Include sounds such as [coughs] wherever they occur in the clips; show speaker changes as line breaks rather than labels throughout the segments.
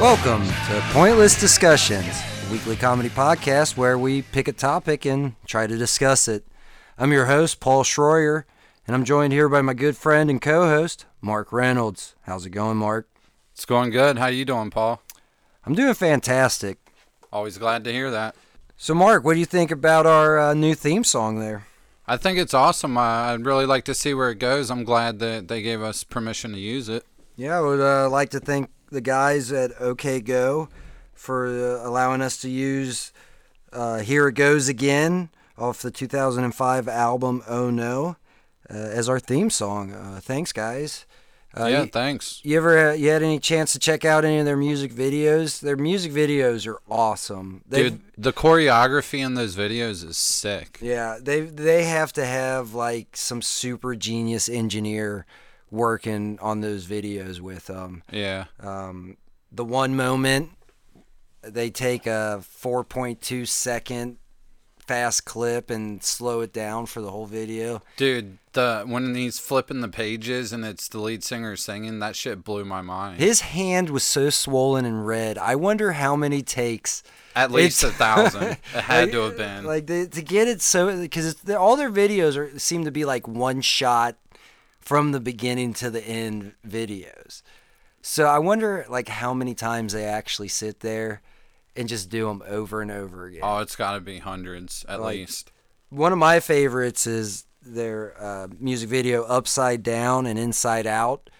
Welcome to Pointless Discussions, a weekly comedy podcast where we pick a topic and try to discuss it. I'm your host, Paul Schroyer, and I'm joined here by my good friend and co host, Mark Reynolds. How's it going, Mark?
It's going good. How you doing, Paul?
I'm doing fantastic.
Always glad to hear that.
So, Mark, what do you think about our uh, new theme song there?
I think it's awesome. I, I'd really like to see where it goes. I'm glad that they gave us permission to use it.
Yeah, I would uh, like to thank the guys at OK Go for uh, allowing us to use uh, Here It Goes Again off the 2005 album Oh No uh, as our theme song. Uh, thanks, guys. Uh,
yeah,
You,
thanks.
you ever had, you had any chance to check out any of their music videos? Their music videos are awesome. They've-
Dude, the choreography in those videos is sick.
Yeah, they they have to have like some super genius engineer working on those videos with them.
Yeah.
um, the one moment they take a 4.2 second fast clip and slow it down for the whole video.
Dude, the when he's flipping the pages and it's the lead singer singing, that shit blew my mind.
His hand was so swollen and red. I wonder how many takes.
At least a
it's- [laughs]
thousand. It had
like-
to have been.
Like they, to get it so because all their videos are seem to be like one shot from the beginning to the end videos. So I wonder like how many times they actually sit there and just do them over and over again.
oh, it's got to be hundreds at
Like-
least.
one of my favorites is their uh, music video upside down and inside out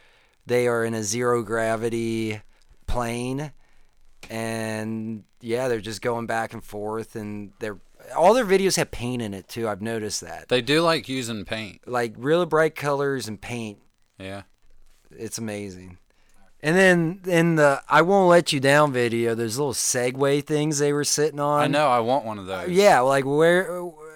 they are in a zero gravity plane and yeah they're just going back and forth and they're all their videos have paint in it too i've noticed that
They do like using paint.
like really bright colors and paint
Yeah.
it's amazing and then in the i won't let you down video those little segue things they were sitting on
I know. I want one of those.
yeah, like where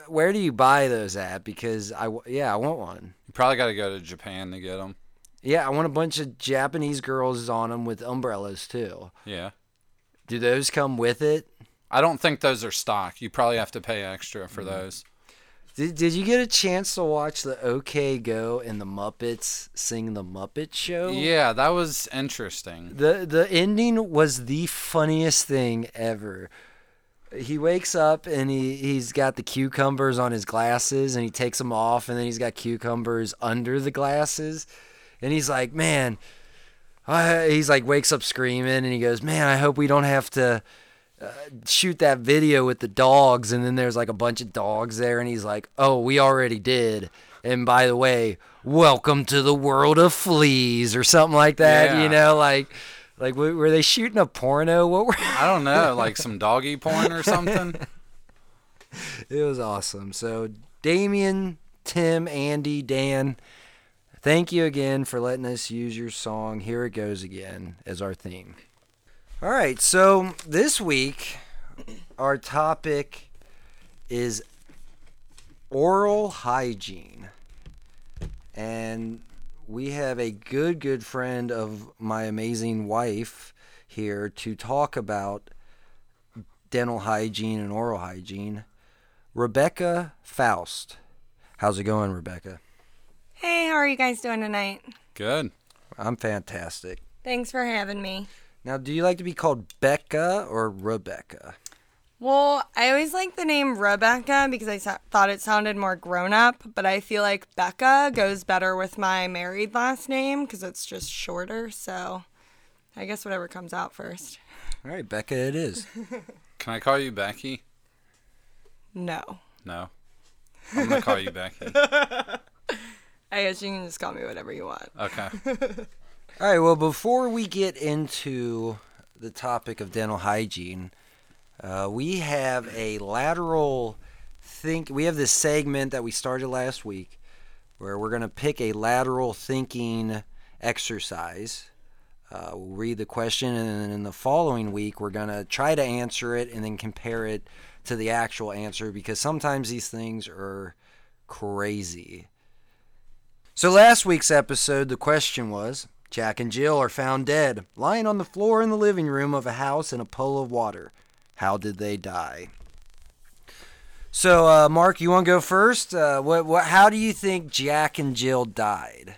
where do you buy those at? Because I w- yeah, I want one.
You probably got to go to Japan to get them.
Yeah, I want a bunch of Japanese girls on them with umbrellas too.
Yeah.
Do those come with it?
I don't think those are stock. You probably have to pay extra for those.
Did, did you get a chance to watch the OK Go and the Muppets sing the Muppet Show?
Yeah, that was interesting.
The the ending was the funniest thing ever. He wakes up and he he's got the cucumbers on his glasses and he takes them off and then he's got cucumbers under the glasses and he's like, "Man, I, he's like wakes up screaming and he goes, "Man, I hope we don't have to uh, shoot that video with the dogs." And then there's like a bunch of dogs there and he's like, "Oh, we already did." And by the way, welcome to the world of fleas or something like that, you
Yeah.
know, like like w- were they shooting a porno? What were
I don't know, like some doggy porn or something.
It was awesome. So, Damien, Tim, Andy, Dan, thank you again for letting us use your song. Here it goes again as our theme. All right. So, this week, our topic is oral hygiene. And we have a good, good friend of my amazing wife here to talk about dental hygiene and oral hygiene. Rebecca Faust. How's it going, Rebecca?
Hey, how are you guys doing tonight?
Good.
I'm fantastic.
Thanks for having me.
Now, do you like to be called Becca or Rebecca?
Well, I always like the name Rebecca because I so- thought it sounded more grown up, but I feel like Becca goes better with my married last name because it's just shorter. So I guess whatever comes out first.
All right, Becca, it is.
Can I call you Becky?
No.
No. I'm gonna call you Becky.
I guess you can just call me whatever you want.
Okay.
All right, well, before we get into the topic of dental hygiene, uh, we have a lateral think. We have this segment that we started last week where we're going to pick a lateral thinking exercise. Uh, we'll read the question, and then in the following week, we're going to try to answer it and then compare it to the actual answer because sometimes these things are crazy. So, last week's episode, the question was Jack and Jill are found dead, lying on the floor in the living room of a house in a puddle of water. How did they die? So, uh, Mark, you want to go first? Uh, what, what, how do you think Jack and Jill died?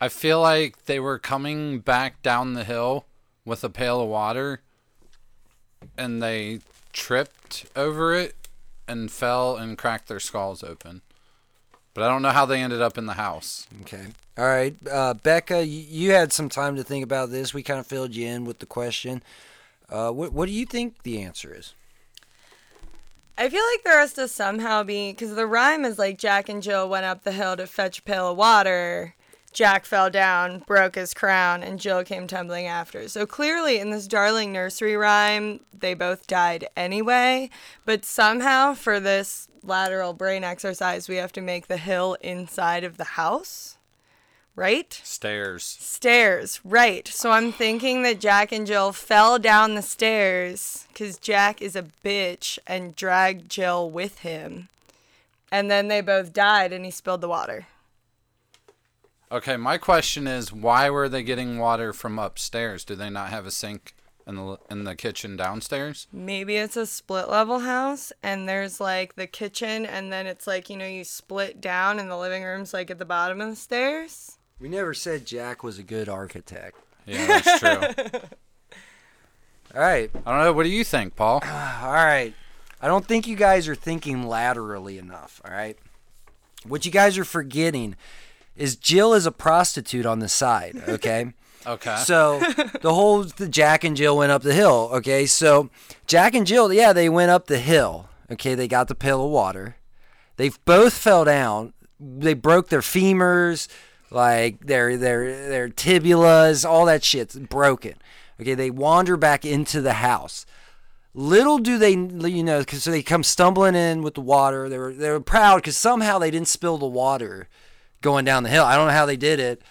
I feel like they were coming back down the hill with a pail of water and they tripped over it and fell and cracked their skulls open. But I don't know how they ended up in the house.
Okay. All right. Uh, Becca, y- you had some time to think about this. We kind of filled you in with the question. Uh, what, what do you think the answer is?
I feel like there has to somehow be because the rhyme is like Jack and Jill went up the hill to fetch a pail of water. Jack fell down, broke his crown, and Jill came tumbling after. So clearly, in this darling nursery rhyme, they both died anyway. But somehow, for this lateral brain exercise, we have to make the hill inside of the house, right?
Stairs.
Stairs, right. So I'm thinking that Jack and Jill fell down the stairs because Jack is a bitch and dragged Jill with him. And then they both died and he spilled the water.
Okay, my question is why were they getting water from upstairs? Do they not have a sink in the in the kitchen downstairs?
Maybe it's a split level house and there's like the kitchen and then it's like, you know, you split down and the living room's like at the bottom of the stairs.
We never said Jack was a good architect.
Yeah, that's
[laughs]
true.
All right.
I don't know. What do you think, Paul?
All right. I don't think you guys are thinking laterally enough. All right. What you guys are forgetting is Jill is a prostitute on the side. Okay.
Okay.
So the whole the Jack and Jill went up the hill. Okay, so Jack and Jill, yeah, they went up the hill. Okay, they got the pail of water. They both fell down. They broke their femurs, like their their their tibulas, all that shit's broken. Okay, they wander back into the house. Little do they, you know, 'cause- so they come stumbling in with the water. They were they were proud because somehow they didn't spill the water going down the hill. I don't know how they did it,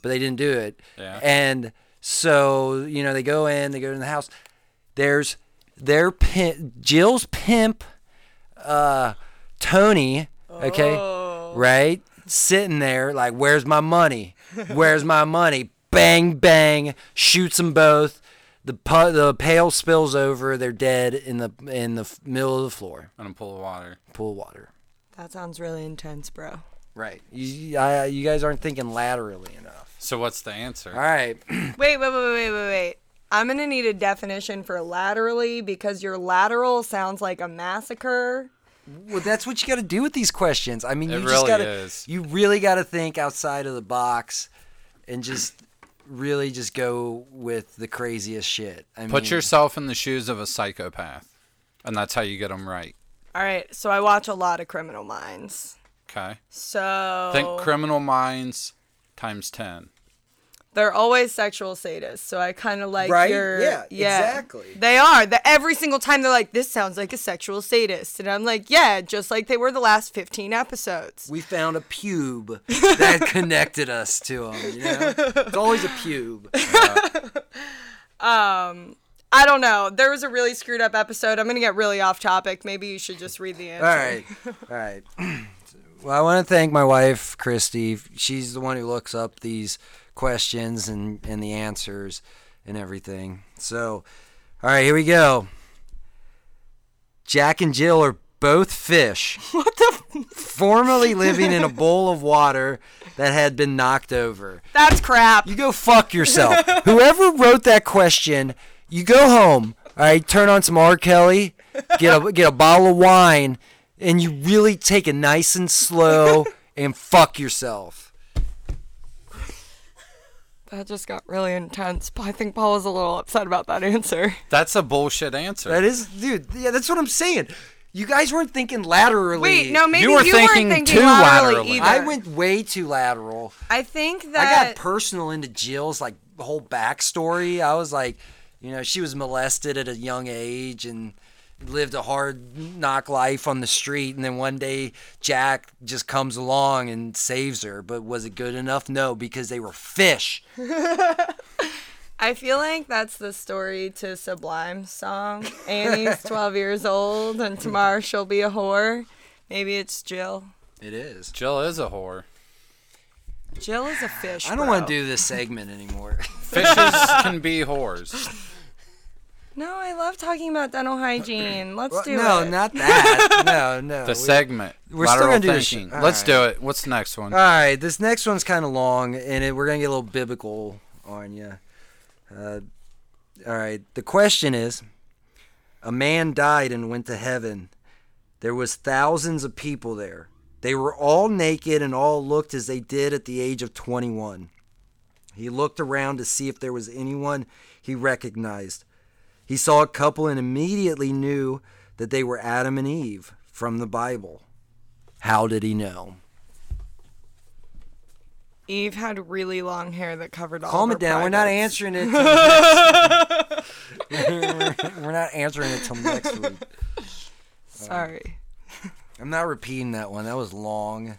but they didn't do it.
Yeah.
And so you know they go in, they go in the house. There's their pimp, Jill's pimp, uh, Tony. Okay, right, sitting there like, where's my money? Where's my money? Bang bang, shoots them both. The pu- the pail spills over. They're dead in the in the f- middle of the floor,
and a pool of water.
pool of water.
That sounds really intense, bro.
Right. You, I, you guys aren't thinking laterally enough.
So what's the answer?
All right. [clears throat]
Wait, wait, wait, wait, wait, wait. I'm gonna need a definition for laterally because your lateral sounds like a massacre.
Well, that's what you got to do with these questions. I mean, you
It
just
really
got to
is.
you really got to think outside of the box and just really just go with the craziest shit. I mean,
Put yourself in the shoes of a psychopath, and that's how you get them right.
All right, so I watch a lot of Criminal Minds.
Okay.
So
Oh.
Think Criminal Minds times ten.
they're always sexual sadists. So I kind of like
Right?
your
Yeah, exactly.
They are. The, every single time they're like, "This sounds like a sexual sadist," and I'm like, "Yeah," just like they were the last 15 episodes.
we found a pube [laughs] that connected us to him. You know, it's always a pube.
I don't know. There was a really screwed up episode. I'm gonna get really off topic. Maybe you should just read the answer.
All right, all right. [clears throat] Well, I want to thank my wife, Christy. She's the one who looks up these questions and, and the answers and everything. So, all right, here we go. Jack and Jill are both fish. [laughs] What the? Formerly living in a bowl of water that had been knocked over.
That's crap.
You go fuck yourself. [laughs] Whoever wrote that question, you go home. All right, turn on some R. Kelly, get a get a bottle of wine, and you really take it nice and
[laughs]
slow and fuck yourself.
That just got really intense. I think Paul was a little upset about that [laughs] answer.
That's a bullshit answer.
That is, dude. Yeah, that's what I'm saying. You guys weren't thinking laterally.
Wait, no, maybe
You
you,
were
weren't
thinking
thinking
too
laterally,
laterally.
either.
I went way too lateral.
I think
I
that
got personal into Jill's like whole backstory. I was like, you know, she was molested at a young age and lived a hard knock life on the street and then one day Jack just comes along and saves her, but was it good enough? No, because they were fish.
I feel like that's the story to Sublime's
[laughs]
song. Annie's 12 years old,
Mm-hmm.
and tomorrow she'll be a whore. Maybe it's Jill.
It is.
Jill is a whore.
Jill is a fish.
I don't
bro.
want to do this segment anymore. [laughs]
Fishes can be whores.
No, I love talking about dental hygiene. Let's do
no,
it.
not
[laughs]
that. No, no.
The
we-
segment.
we're still
lateral
gonna do this
thinking.
shit. All
Let's
right.
do it. What's the next one?
All right, this next one's kind of long, and it, we're gonna get a little biblical on you. Uh, All right. The question is a man died and went to heaven. There was thousands of people there. They were all naked and all looked as they did at the age of 21. He looked around to see if there was anyone he recognized. He saw a couple and immediately knew that they were Adam and Eve from the Bible. How did he know?
Eve had really long hair that covered all.
Calm
of
it down.
Her
We're not
privates.
answering it. Till
[laughs]
next- [laughs] We're not answering it till next week.
Sorry.
I'm not repeating that one. That was long.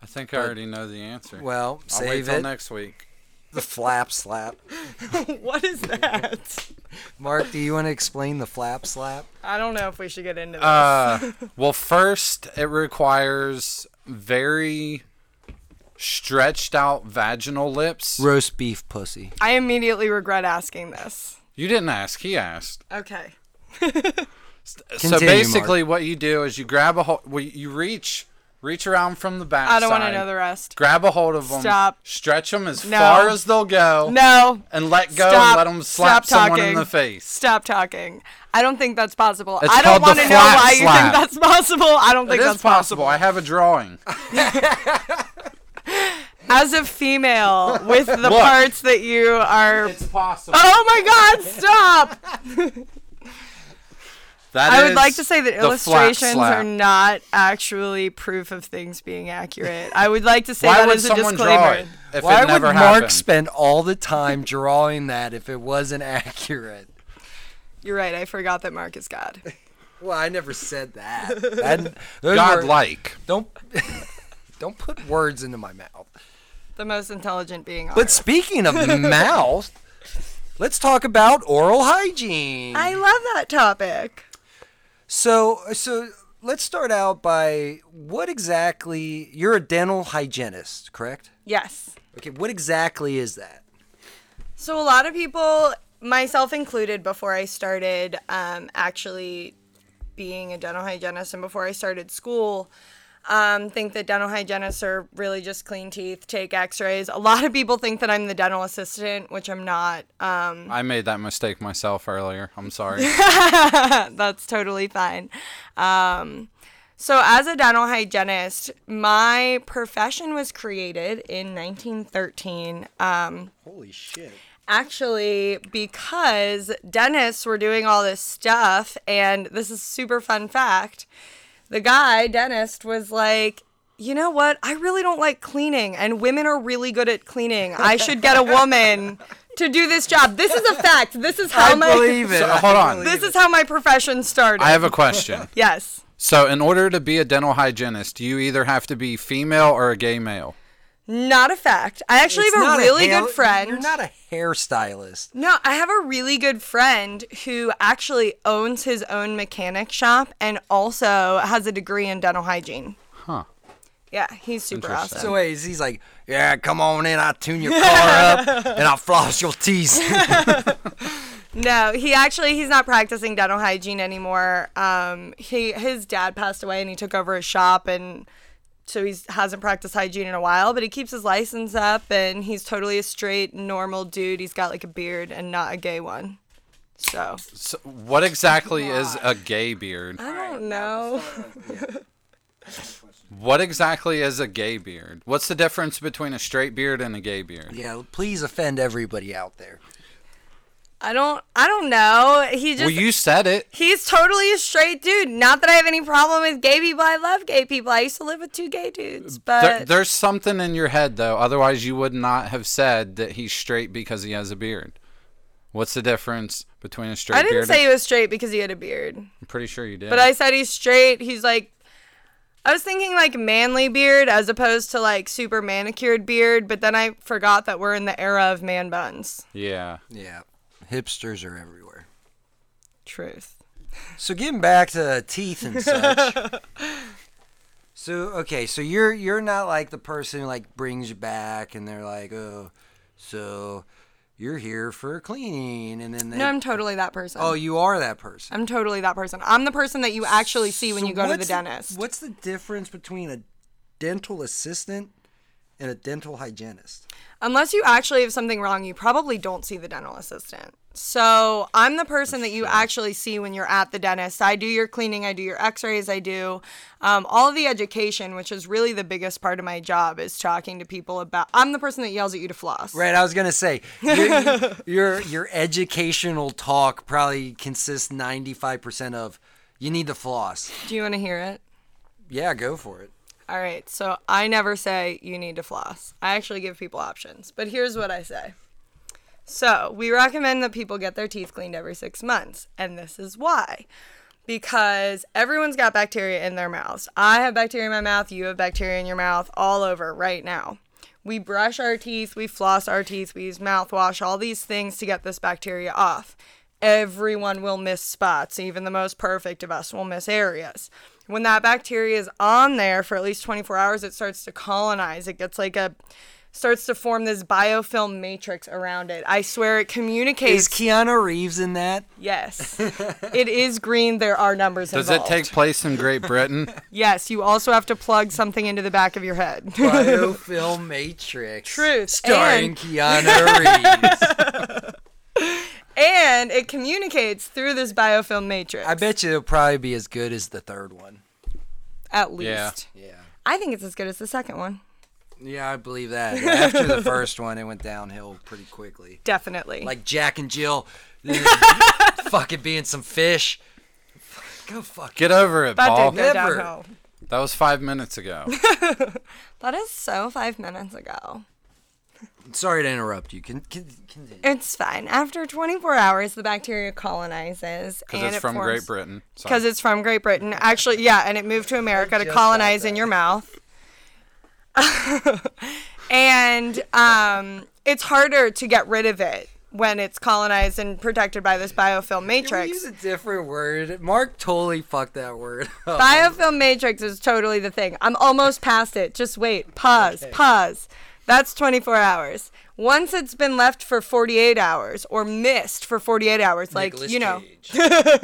I think I already know the answer.
Well,
I'll
save
wait till
it.
next week.
The flap slap.
[laughs] what is that?
Mark, do you want to explain the flap slap?
I don't know if we should get into this.
Uh, well, first, it requires very stretched out vaginal lips.
Roast beef pussy.
I immediately regret asking this.
You didn't ask, he asked.
Okay.
Continue,
so basically, what you do is you grab a hold, well, you reach, reach around from the back.
I don't want to
side,
know the rest.
Grab a hold of them.
Stop.
Stretch them as
No.
far as they'll go.
No.
And let go
Stop.
and let them slap
Stop
someone in
talking.
the face.
Stop talking. I don't think that's possible.
It's
I
called
don't
the
want to know
flap slap.
why you think that's possible. I don't
It
think
is
that's
possible. I have a
[laughs]
drawing.
As
[laughs]
a female with the parts that you are.
possible.
Oh my God!
[laughs]
Stop.
That
I would
is
like to say that
the flap
illustrations
slap.
are not actually proof of things being accurate. I would like to say
Why
that
would
as a
someone
disclaimer.
draw it if
Why
it
would
never
Mark
happened?
spend all the time drawing that if it wasn't accurate?
You're right. I forgot that Mark is God.
Well, I never said that. That- those were-
Godlike.
Don't [laughs] don't put words into my mouth.
The most intelligent being on
But speaking of mouth, let's talk about oral hygiene.
I love that topic.
So, so let's start out by what exactly you're a dental hygienist, correct?
Yes.
Okay, what exactly is that?
So, a lot of people, myself included, before I started um, actually being a dental hygienist and before I started school, um, think that dental hygienists are really just clean teeth, take x rays. A lot of people think that I'm the dental assistant, which I'm not. Um,
I made that mistake myself earlier.
[laughs]
I'm sorry.
[laughs] that's totally fine. Um, so, as a dental hygienist, my profession was created in 1913. Um,
Holy shit.
actually because dentists were doing all this stuff and this is super fun fact the guy dentist was like you know what i really don't like cleaning and women are really good at cleaning i should get
[laughs]
a woman to do this job this is a fact this is how
I
my
believe it.
So,
I
hold on.
believe
this is how my profession started
I have a question.
yes
So, in order to be a dental hygienist, you either have to be female or a gay male.
not a fact i actually
It's
have
not
a really
hair-
good friend
You're not a hairstylist.
No, I have a really good friend who actually owns his own mechanic shop and also has a degree in dental hygiene.
Huh.
Yeah, he's super
Interesting.
awesome.
So wait, he's like, yeah, come on in. I tune
[laughs]
your car up and I floss your teeth.
No, he actually he's not practicing dental hygiene anymore. Um, he his dad passed away and he took over his shop and so he hasn't practiced hygiene in a while, but he keeps his license up and he's totally a straight normal dude. He's got like a beard and not a gay one. So
So, what exactly is a gay beard?
I don't know.
What exactly is a gay beard? What's the difference between a straight beard and a gay beard?
yeah, please offend everybody out there.
I don't I don't know. He just
Well, you said it.
He's totally a straight dude. Not that I have any problem with gay people. I love gay people. I used to live with two gay dudes,
There,
but
there's something in your head, though. Otherwise, you would not have said that he's straight because he has a beard. What's the difference between a straight
I didn't
beard?
say he was straight because he had a beard.
I'm pretty sure you did.
But I said he's straight. He's like, I was thinking like manly beard as opposed to like super manicured beard. But then I forgot that we're in the era of man buns. [laughs]
yeah.
Yeah, hipsters are everywhere.
Truth.
So getting back to teeth and such. [laughs] so okay, so you're you're not like the person who like brings you back and they're like, oh, so you're here for cleaning, and then they,
No, I'm totally that person.
oh, you are that person.
I'm totally that person. I'm the person that you actually see when
So
you go to the
what's
dentist.
what's the difference between a dental assistant and a dental hygienist?
Unless you actually have something wrong, you probably don't see the dental assistant. So I'm the person that you actually see when you're at the dentist. I do your cleaning, I do your X-rays, I do um, all of the education, which is really the biggest part of my job, is talking to people about. I'm the person that yells at you to floss.
Right, I was gonna say [laughs] your your, your educational talk probably consists ninety five percent of you need to floss.
Do you want to hear it?
Yeah, go for it.
All right. So I never say you need to floss. I actually give people options, but here's what I say. So we recommend that people get their teeth cleaned every six months, and this is why. Because everyone's got bacteria in their mouths. I have bacteria in my mouth, you have bacteria in your mouth, all over right now. We brush our teeth, we floss our teeth, we use mouthwash, all these things to get this bacteria off. Everyone will miss spots, even the most perfect of us will miss areas. When that bacteria is on there for at least 24 hours, it starts to colonize. It gets like a starts to form this biofilm matrix around it. I swear it communicates.
Is Keanu Reeves in that?
[laughs]
yes, it is green. There are numbers
Does it
involved.
take place in Great Britain?
[laughs] Yes, you also have to plug something into the back of your head.
[laughs] Biofilm Matrix.
Truth,
Starring
and- [laughs]
Keanu Reeves.
[laughs] and it communicates through this biofilm matrix.
I bet you it'll probably be as good as the third one.
At least.
Yeah.
Yeah.
I think it's as good as the second one.
Yeah, I believe that. After the first one, it went downhill pretty quickly.
Definitely.
Like Jack and Jill, they're [laughs] fucking being some fish. Go fuck
Get over it,
that
Paul.
did go
Never.
downhill.
That was five minutes
[laughs]
ago.
That is so five minutes ago.
Sorry to interrupt you. Can, can, continue.
It's fine. After 24 hours, the bacteria colonizes.
Because it's from Great Britain. Sorry.
Because it's from Great Britain. Actually, yeah, and it moved to America to
just
colonize
got
in your mouth. [laughs] and um, it's harder to get rid of it when it's colonized and protected by this biofilm
Can we use
matrix.
a different word? Mark totally fucked that word up.
Biofilm matrix is totally the thing. I'm almost past it. Just wait. Pause. Pause. That's 24 hours. Once it's been left for 48 hours or missed for 48 hours, like,
Nicolas
you know,
Cage.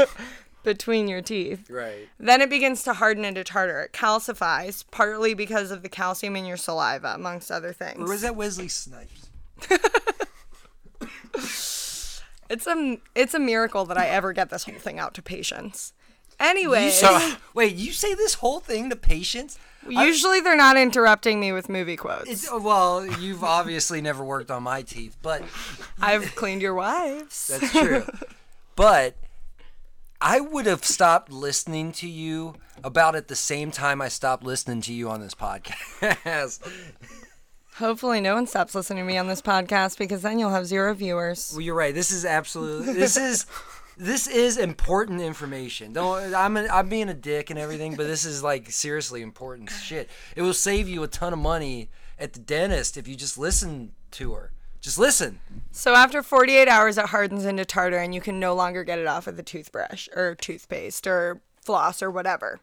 between your teeth.
right.
Then it begins to harden into tartar. It calcifies, partly because of the calcium in your saliva, amongst other
Or
things.
was that Wesley Snipes?
It's a it's a miracle that I ever get this whole thing out to patients. Anyway, [laughs]
So-
Wait, you say this whole thing to patients?
usually they're not interrupting me with movie quotes.
It's, uh, well, you've obviously never worked on my teeth, but
I've cleaned your wives.
That's true. [laughs] but I would have stopped listening to you about at the same time I stopped listening to you on this podcast.
[laughs] Hopefully, no one stops listening to me on this podcast because then you'll have zero
[laughs]
viewers.
well, you're right. This is absolutely this is this is important information. Don't I'm a, I'm being a dick and everything, but this is like seriously important shit. It will save you a ton of money at the dentist if you just listen to her. Just listen.
So after 48 hours, it hardens into tartar, and you can no longer get it off with a toothbrush or toothpaste or floss or whatever.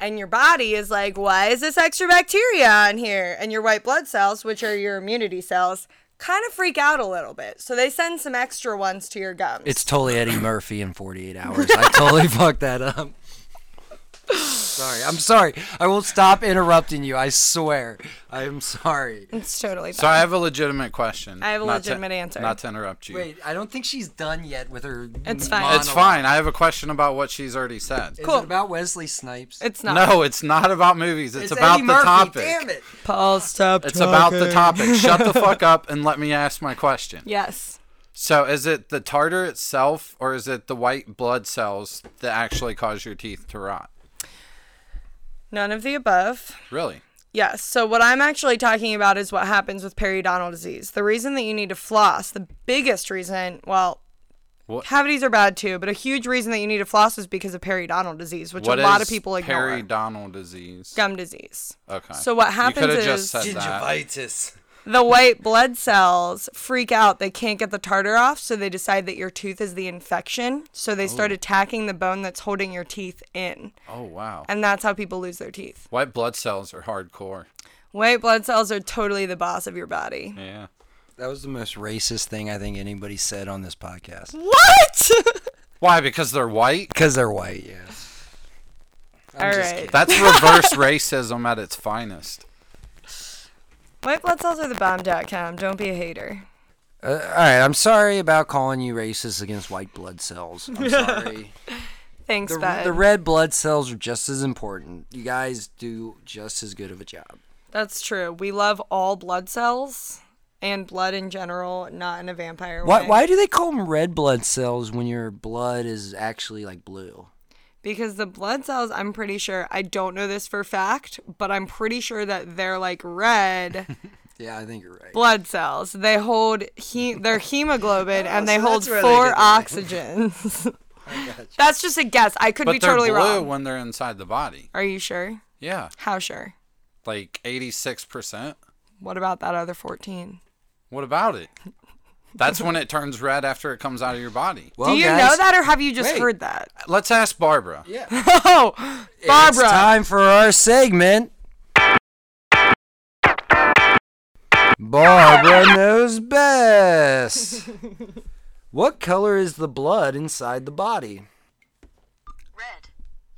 And your body is like, why is this extra bacteria on here? And your white blood cells, which are your immunity cells, kind of freak out a little bit. So they send some extra ones to your gums.
It's totally Eddie Murphy in 48 hours. I totally [laughs] fucked that up. Sorry. I'm sorry. I will stop interrupting you. I swear. I'm sorry.
It's totally fine.
so I have a legitimate question.
I have a
Not to-
legitimate answer.
Not to interrupt you.
Wait, I don't think she's done yet with her.
It's fine.
It's fine. I have a question about what she's already said.
Is
Cool.
it about Wesley Snipes?
It's not.
No, it's not about movies. It's, about
Eddie
the
Murphy.
topic.
Damn it.
Paul,
[laughs]
stop
It's about the topic. Shut
[laughs]
the fuck up and let me ask my question.
Yes.
So, is it the tartar itself or is it the white blood cells that actually cause your teeth to rot?
None of the above.
Really?
Yes. So what I'm actually talking about is what happens with periodontal disease. The reason that you need to floss, the biggest reason, well,
What-
cavities are bad too, but a huge reason that you need to floss is because of periodontal disease, which
What
a
is Uh,
lot of people ignore.
periodontal disease?
Gum disease.
Okay.
So what happens
you coulda just
is-
said that.
Gingivitis.
The white blood cells freak out. They can't get the tartar off, so they decide that your tooth is the infection. So they start attacking the bone that's holding your teeth in.
Oh wow.
And that's how people lose their teeth.
White blood cells are hardcore.
White blood cells are totally the boss of
[laughs]
your body.
Yeah.
That was the most racist thing I think anybody said on this podcast.
What?
Why? Because they're white?
Because they're white, yeah.
[laughs] All
just
right.
That's
[laughs]
reverse racism at its finest.
White blood cells are the bomb.com. Don't be a hater.
Uh, all right, I'm sorry about calling you racist against white blood cells. I'm sorry.
Thanks,
the,
bud.
the red blood cells are just as important. You guys do just as good of a job.
That's true. We love all blood cells and blood in general, not in a vampire
Why,
way.
why do they call them red blood cells when your blood is actually like blue?
Because the blood cells, I'm pretty sure, I don't know this for fact, but I'm pretty sure that they're like
[laughs]
red
Yeah, I think you're right.
blood cells. They hold he- their hemoglobin and they
so
hold
that's where
four
they [laughs] get
oxygens. That's just a guess. I could
But
be
they're
totally
blue
wrong.
when they're inside the body.
Are you sure?
Yeah,
How sure?
like 86%.
What about that other 14?
What about it? That's when it turns red after it comes out of your body.
Well,
Do you
guys,
know that or have you just
wait.
heard that?
Let's ask Barbara.
Oh,
It's
Barbara.
time for our segment. Barbara knows
[laughs]
best. what color is the blood inside the body?
Red.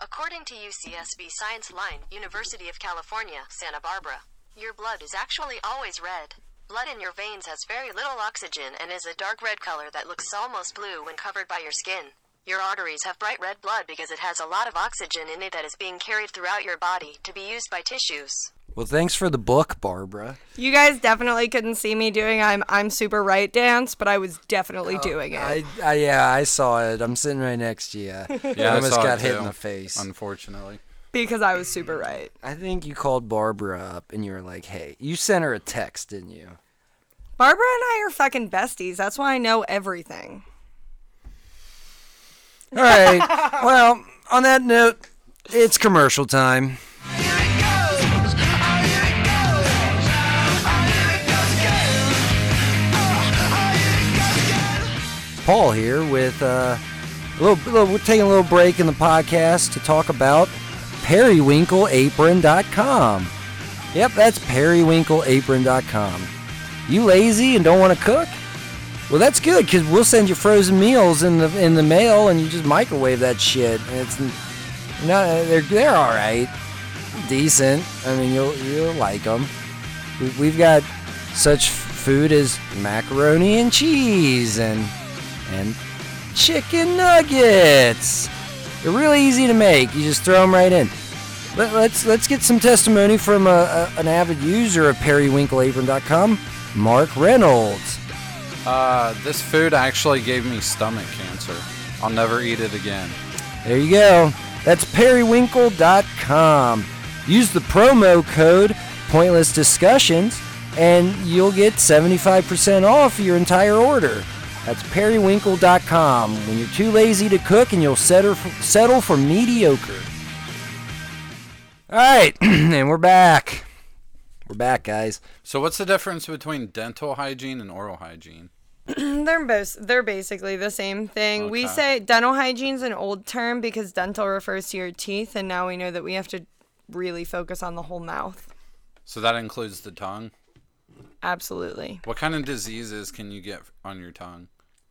According to UCSB Science Line, University of California, Santa Barbara, your blood is actually always red. Blood in your veins has very little oxygen and is a dark red color that looks almost blue when covered by your skin. Your arteries have bright red blood because it has a lot of oxygen in it that is being carried throughout your body to be used by tissues.
Well, thanks for the book, Barbara.
You guys definitely couldn't see me doing I'm I'm super right dance, but I was
Oh,
definitely doing it.
I, I yeah, I saw it. I'm sitting right next
[laughs]
to you.
Yeah,
I almost
saw it
got hit
too,
in the face.
Unfortunately.
because I was super right.
I think you called Barbara up and you were like, "Hey, you sent her a text, didn't you?"
Barbara and I are fucking besties. That's why I know everything.
All right. [laughs] well, on that note, it's commercial time. Paul here with uh, a little, little. We're taking a little break in the podcast to talk about periwinkleapron.com. Yep, that's periwinkleapron.com. You lazy and don't want to cook? Well, that's good because we'll send you frozen meals in the in the mail, and you just microwave that shit. And it's no, they're they're all right, decent. I mean, you'll you'll like them. We, we've got such food as macaroni and cheese and and chicken nuggets. They're really easy to make. You just throw them right in. Let, let's let's get some testimony from a, a, an avid user of periwinkleapron.com, Mark Reynolds.
Uh, this food actually gave me stomach cancer. I'll never eat it again.
There you go. That's periwinkle.com. Use the promo code pointless discussions and you'll get 75% off your entire order. That's periwinkle.com. When you're too lazy to cook and you'll settle for, settle for mediocre. All right, [clears throat] and we're back. We're back, guys.
So, what's the difference between dental hygiene and oral hygiene?
They're both they're basically the same thing. We
Okay.
say dental hygiene's an old term because dental refers to your teeth and now we know that we have to really focus on the whole mouth.
So, that includes the tongue.
Absolutely.
What kind of diseases can you get on your tongue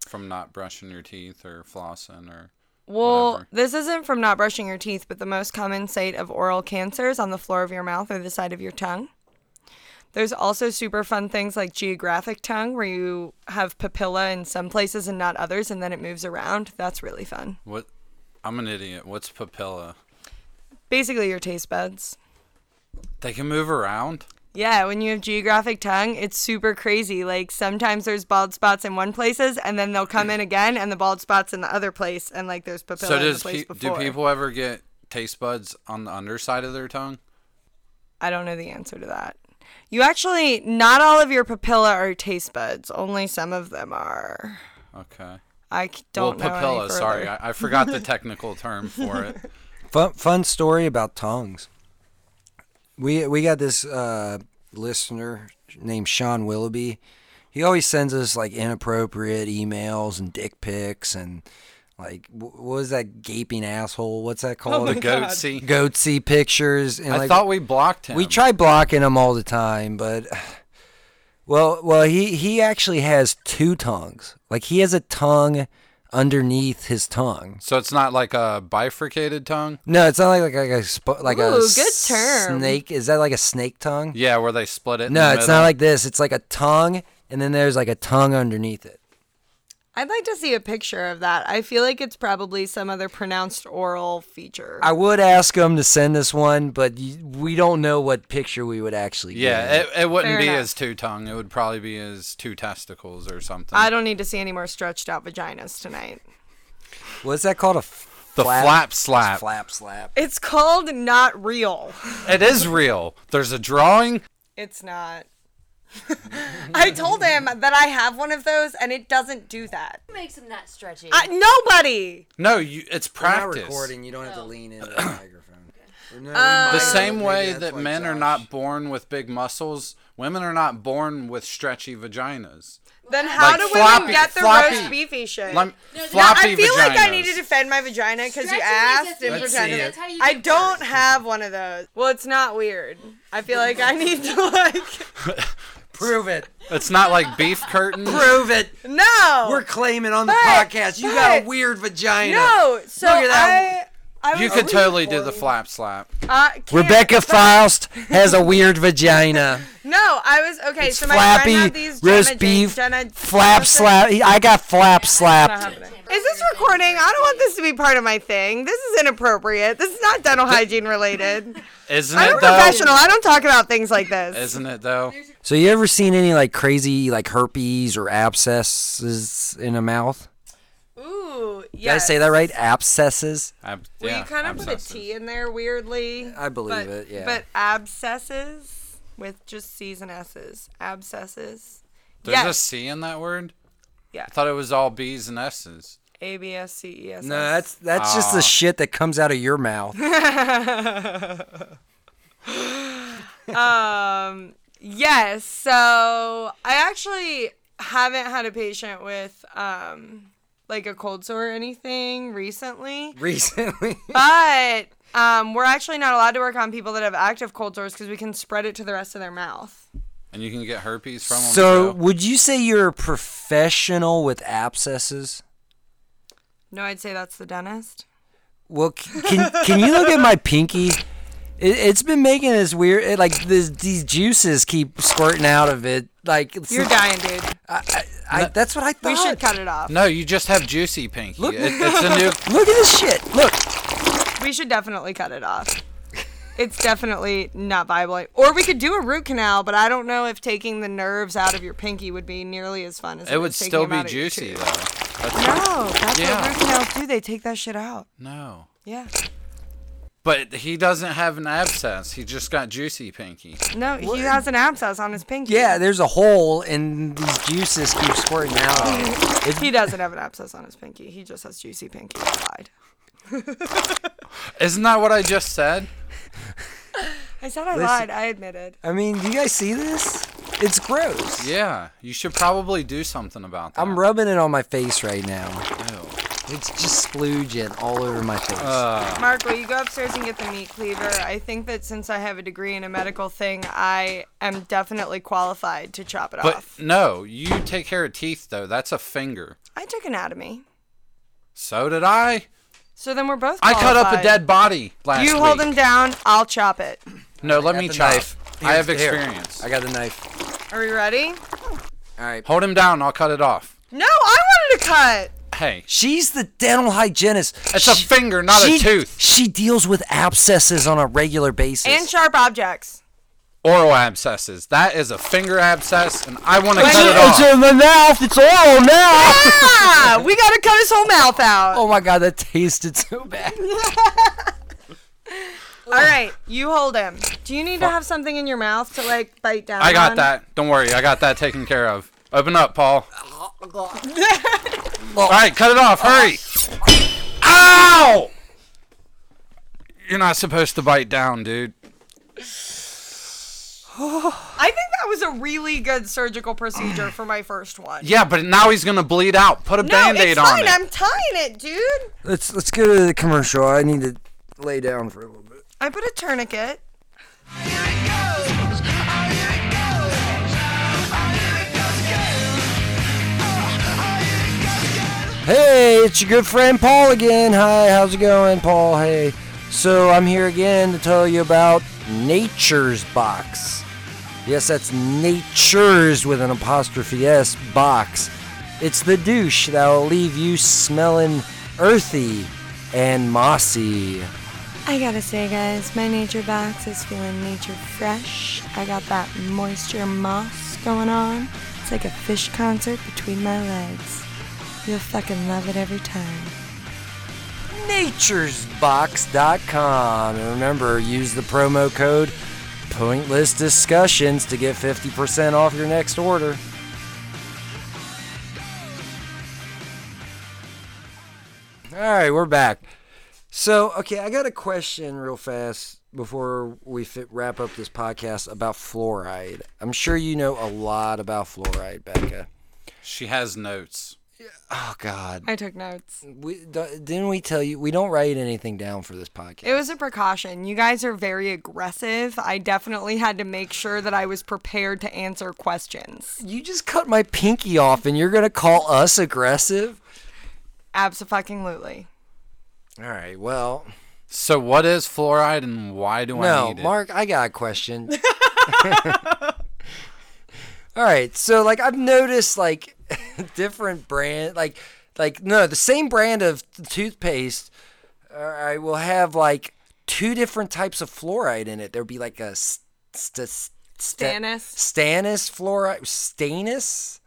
from not brushing your teeth or flossing or
Well,
whatever?
this isn't from not brushing your teeth, but the most common site of oral cancers on the floor of your mouth or the side of your tongue. There's also super fun things like geographic tongue, where you have papilla in some places and not others, and then it moves around. That's really fun.
What? I'm an idiot. What's papilla?
Basically, your taste buds.
They can move around.
Yeah, when you have geographic tongue, it's super crazy. Like sometimes there's bald spots in one places, and then they'll come in again, and the bald spots in the other place, and like there's papilla
so
in the
does
place
pe- do
before.
people ever get taste buds on the underside of their tongue?
I don't know the answer to that. You actually, not all of your papilla are taste buds. Only some of them are.
Okay.
I c- don't
well,
know.
papilla.
any
sorry,
further.
I, I forgot the technical
[laughs]
term for it.
Fun, fun story about tongues. We we got this uh, listener named Sean Willoughby. He always sends us like inappropriate emails and dick pics and like wh- what was that gaping asshole? What's that called?
Oh, the goatsy.
Goatsy pictures and
I
like
thought we blocked him.
we try blocking him all the time, but well, well, he he actually has two tongues. Like he has a tongue underneath his tongue.
So it's not like a bifurcated tongue.
No, it's not like like, like a sp- like a
Ooh, good term.
snake. Is that like a snake tongue?
Yeah, where they split it. in
No,
the
it's not
middle.
like this. It's like a tongue and then there's like a tongue underneath it.
I'd like to see a picture of that. I feel like it's probably some other pronounced oral feature.
I would ask them to send us one, but y- we don't know what picture we would actually
Yeah,
get.
it, it wouldn't
Fair
be
enough.
as two tongue. It would probably be as two testicles or something.
I don't need to see any more stretched out vaginas tonight.
What's that called? A f-
the
flap?
flap, slap.
Flap slap.
It's called not real.
It is real. There's a drawing.
It's not. [laughs] I told him that I have one of those and it doesn't do that.
Who makes them that stretchy?
I, nobody.
No, you, it's
We're
practice.
not recording. You don't have to lean into
[coughs]
the microphone. Or no, we
The
Uh,
might,
same
maybe
way
that's
that
why
men are
Josh-
not born with big muscles, women are not born with stretchy vaginas.
Then how
Like
do
floppy-
women get the
floppy-
roast beefy shit?
Lem-
they're not-
Now,
floppy
Eh, I feel like I
vaginas.
need to defend my vagina because you
Stretching is
asked
a
and
thing.
Let's
pretended.
see
That's how you
I
get
don't have one of those. Well, it's not weird. I feel like I need to like
[laughs]
[laughs]
Prove it.
It's not like beef
[laughs]
curtains.
Prove it.
no.
We're claiming on the
But-
podcast. You got a
but-
weird vagina.
no. So
Look at that.
I, I
You
was
could totally do
really
the
bored.
flap slap.
Uh, can't-
Rebecca Faust has a weird
[laughs]
vagina.
No, I was okay.
It's
so my friend had
flappy,
these
roast
Jenna,
beef,
Jenna,
flap slap. I got flap slapped.
Is this recording? I don't want this to be part of my thing. This is inappropriate. This is not dental hygiene related.
Isn't
I'm a
it though?
professional. I don't talk about things like this.
Isn't it though?
So you ever seen any like crazy like herpes or abscesses in a mouth?
Ooh,
Did I
yes.
say that right? Abscesses.
Ab-
Well,
yeah,
you kind of put a
abscesses.
T in there weirdly.
I believe
but,
it, yeah.
But abscesses with just C's and S's. Abscesses.
There's a
yes.
C in that word.
Yeah.
I thought it was all B's and S's.
A B S C E S.
No, that's that's just the shit that comes out of your mouth. [laughs]
Yes. So I actually haven't had a patient with um like a cold sore or anything recently.
Recently,
Oh But um, we're actually not allowed to work on people that have active cold sores because we can spread it to the rest of their mouth.
And you can get herpes from them.
so
too.
would you say you're a professional with abscesses?
No, I'd say that's the dentist.
Well, c- can can you look at my pinky? It, it's been making this weird, it, like this, these juices keep squirting out of it. Like it's- [laughs]
You're dying, dude.
I, that's what I thought.
We should cut it off.
No, you just have juicy pinky. It, it's a
[laughs]
new.
Look at this shit. Look.
We should definitely cut it off. It's definitely not viable. Or we could do a root canal, but I don't know if taking the nerves out of your pinky would be nearly as fun as
It would
is taking
still
them
be
out of your
juicy
tooth.
though. That's-
No, that's
Yeah.
what root canals do. They take that shit out.
no.
Yeah.
But he doesn't have an abscess. He just got juicy pinky.
No, he has an abscess on his pinky.
Yeah, there's a hole, and these juices keep squirting out. of it.
He doesn't have an abscess on his pinky. He just has juicy pinky. I lied.
Isn't that what I just said?
I said I lied. I admitted.
I mean, do you guys see this? It's gross.
Yeah. You should probably do something about that.
I'm rubbing it on my face right now.
Ew. Uh,
It's just splooging all over my face.
Mark, will you go upstairs and get the meat cleaver? I think that since I have a degree in a medical thing, I am definitely qualified to chop it
But
off.
no, you take care of teeth though. That's a finger.
I took anatomy.
So did I.
So then we're both
I cut up a
qualified.
dead body last
You
week.
hold him down, I'll chop it.
No, let
Got
me
the
chop.
knife.
I have
Here, here.
experience.
I got the knife.
Are we ready?
All right.
Hold him down. I'll cut it off.
No, I wanted to cut.
Hey,
She's the dental hygienist.
It's a finger, not a
she-
tooth.
She deals with abscesses on a regular basis.
And sharp objects.
oral abscesses. That is a finger abscess, and I want to
Wait,
cut it
it's
off.
in my mouth. It's all now.
Ah, [laughs] we gotta cut his whole mouth out.
[laughs] oh my god, that tasted so bad.
All right, you hold him. Do you need to have something in your mouth to like bite down?
I
on?
got that. Don't worry. I got that taken care of. Open up, Paul. All right, cut it off. Hurry. Ow! You're not supposed to bite down, dude.
I think that was a really good surgical procedure for my first one.
Yeah, but now he's gonna bleed out. Put a
No,
band-aid
it's
on
fine.
it.
I'm tying it, dude.
Let's let's go to the commercial. I need to lay down for a little bit.
I put a tourniquet.
Hey, it's your good friend Paul again. Hi, how's it going, Paul? Hey. So I'm here again to tell you about Nature's Box. Yes, that's nature's with an apostrophe S box. It's the douche that'll leave you smelling earthy and mossy.
I gotta say, guys, my nature box is feeling nature fresh. I got that moisture moss going on. It's like a fish concert between my legs. You'll fucking love it every time.
naturesbox.com. And remember, use the promo code Pointless Discussions to get 50% off your next order. All right, we're back. So, okay, I got a question real fast before we fit, wrap up this podcast about fluoride. I'm sure you know a lot about fluoride, Becca.
She has notes.
Oh God,
I took notes.
we d- didn't we tell you we don't write anything down for this podcast?
It was a precaution. You guys are very aggressive. I definitely had to make sure that I was prepared to answer questions.
You just cut my pinky off and you're going to call us aggressive?
Absolutely.
All right, well,
So what is fluoride and why do I
no,
need it?
Mark, I got a
[laughs]
question. All right, so like I've noticed like [laughs] different brand like like no, the same brand of toothpaste all right, will have like two different types of fluoride in it. There'll be like a st- st- st-
Stannis.
Stannis fluoride Stannis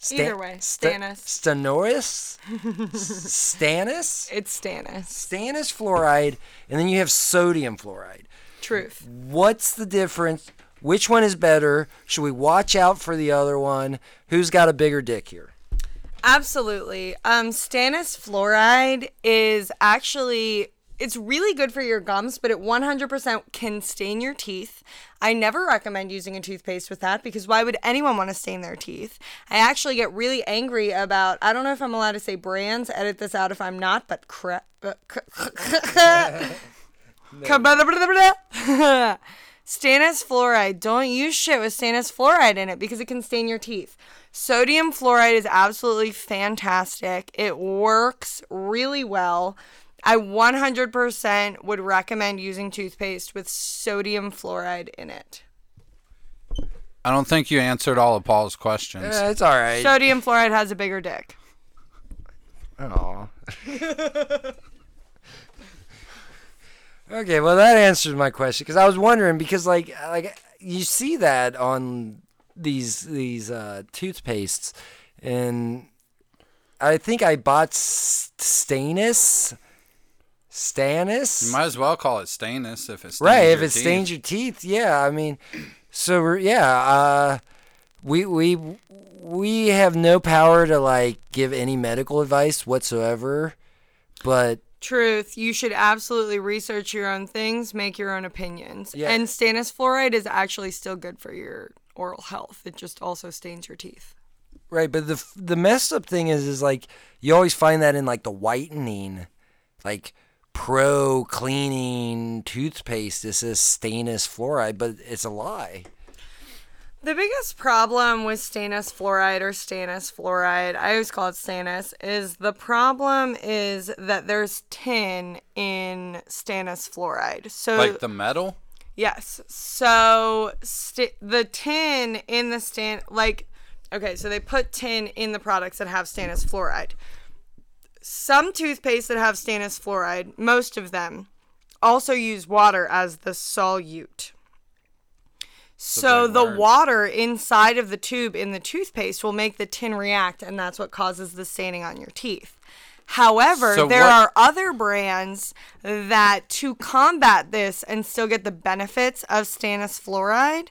Stan-
Either way,
Sta-
Stannis. [laughs]
Stanoris? S- Stannis?
It's Stannis.
Stannis fluoride, and then you have sodium fluoride.
Truth.
What's the difference? Which one is better? Should we watch out for the other one? Who's got a bigger dick here?
Absolutely. Um, Stannis fluoride is actually it's really good for your gums, but it 100% can stain your teeth. I never recommend using a toothpaste with that because why would anyone want to stain their teeth? I actually get really angry about I don't know if I'm allowed to say brands. Edit this out if I'm not, but crap. [laughs] Stannis fluoride. Don't use shit with Stannis fluoride in it because it can stain your teeth. Sodium fluoride is absolutely fantastic. It works really well. I 100% would recommend using toothpaste with sodium fluoride in it.
I don't think you answered all of Paul's questions.
Eh, it's all right.
Sodium fluoride has a bigger dick.
Aw. [laughs] okay, well that answers my question because I was wondering because like like you see that on these these uh, toothpastes, and I think I bought S- Stannis. Stannis.
You might as well call it stainless if it's
Right, if it stains your teeth, yeah. I mean, so we're, yeah, uh, we we we have no power to like give any medical advice whatsoever, but
Truth, you should absolutely research your own things, make your own opinions.
Yeah.
And Stannis fluoride is actually still good for your oral health. It just also stains your teeth.
right, but the the messed up thing is is like you always find that in like the whitening, like pro cleaning toothpaste. This is stainless fluoride, but it's a lie.
The biggest problem with stannous fluoride or stannous fluoride, I always call it stannous, is the problem is that there's tin in stannous fluoride. So
like the metal.
yes, so st- the tin in the stan like okay, so they put tin in the products that have stannous fluoride. Some toothpaste that have stannous fluoride, most of them, also use water as the solute. So
big
the
word.
water inside of the tube in the toothpaste will make the tin react, and that's what causes the staining on your teeth. However,
So
there
what-
are other brands that, to combat this and still get the benefits of stannous fluoride,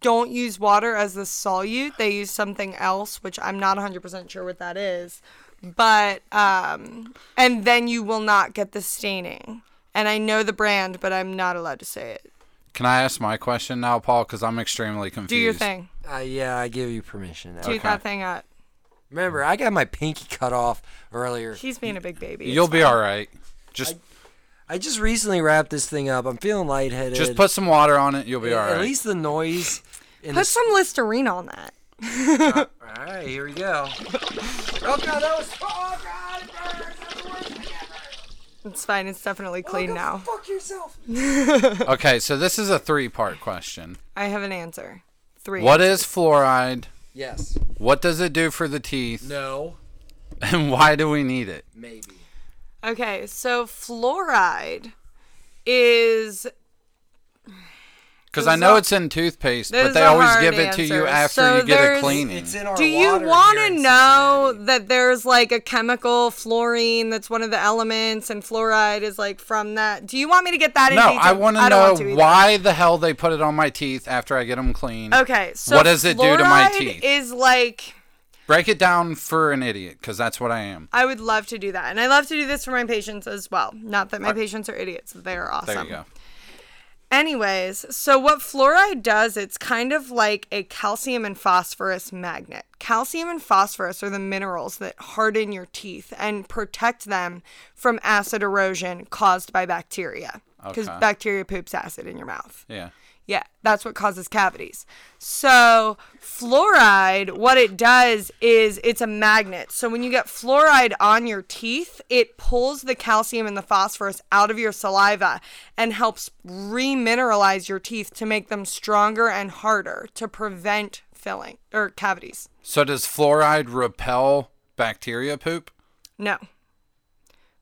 don't use water as the solute. They use something else, which I'm not 100% sure what that is. But, um, and then you will not get the staining. And I know the brand, but I'm not allowed to say it.
Can I ask my question now, Paul? Because I'm extremely confused.
Do your thing.
Uh, yeah, I give you permission. Now.
Do that thing up.
Remember, I got my pinky cut off earlier.
He's being a big baby.
You'll be all right. Just
I just recently wrapped this thing up. I'm feeling lightheaded.
just put some water on it. You'll be
Yeah,
all right.
At least the noise. In
Put
the...
some Listerine on that.
All right, here we [laughs] go. Oh god, that was. Oh god, it burns. That's the worst thing ever.
It's fine. It's definitely clean
Oh,
now.
Fuck yourself.
Okay, so this is a three part question.
I have an answer. Three.
What is fluoride?
Yes.
What does it do for the teeth?
No.
[laughs] And why do we need it?
Maybe.
Okay, so fluoride is
Because I know it's in toothpaste,
those
but they
are
always
hard
give it to you
answers.
after
So
you get a
there's-
cleaning.
It's in our
Do you
water
want
here in
to know
Cincinnati.
that there's like a chemical fluorine that's one of the elements and fluoride is like from that? Do you want me to get that in
No,
detail?
I want to
don't
know
either.
why the hell they put it on my teeth after I get them clean.
Okay, so
What does it do to my
fluoride
teeth?
Is like
Break it down for an idiot, because that's what I am.
I would love to do that, and I love to do this for my patients as well. Not that my patients are idiots; they are awesome.
There you go.
Anyways, so what fluoride does, it's kind of like a calcium and phosphorus magnet. Calcium and phosphorus are the minerals that harden your teeth and protect them from acid erosion caused by bacteria. Because
Okay.
bacteria poops acid in your mouth.
Yeah.
Yeah, that's what causes cavities. So, fluoride, what it does is it's a magnet. So, when you get fluoride on your teeth, it pulls the calcium and the phosphorus out of your saliva and helps remineralize your teeth to make them stronger and harder to prevent filling or cavities.
So does fluoride repel bacteria poop?
No.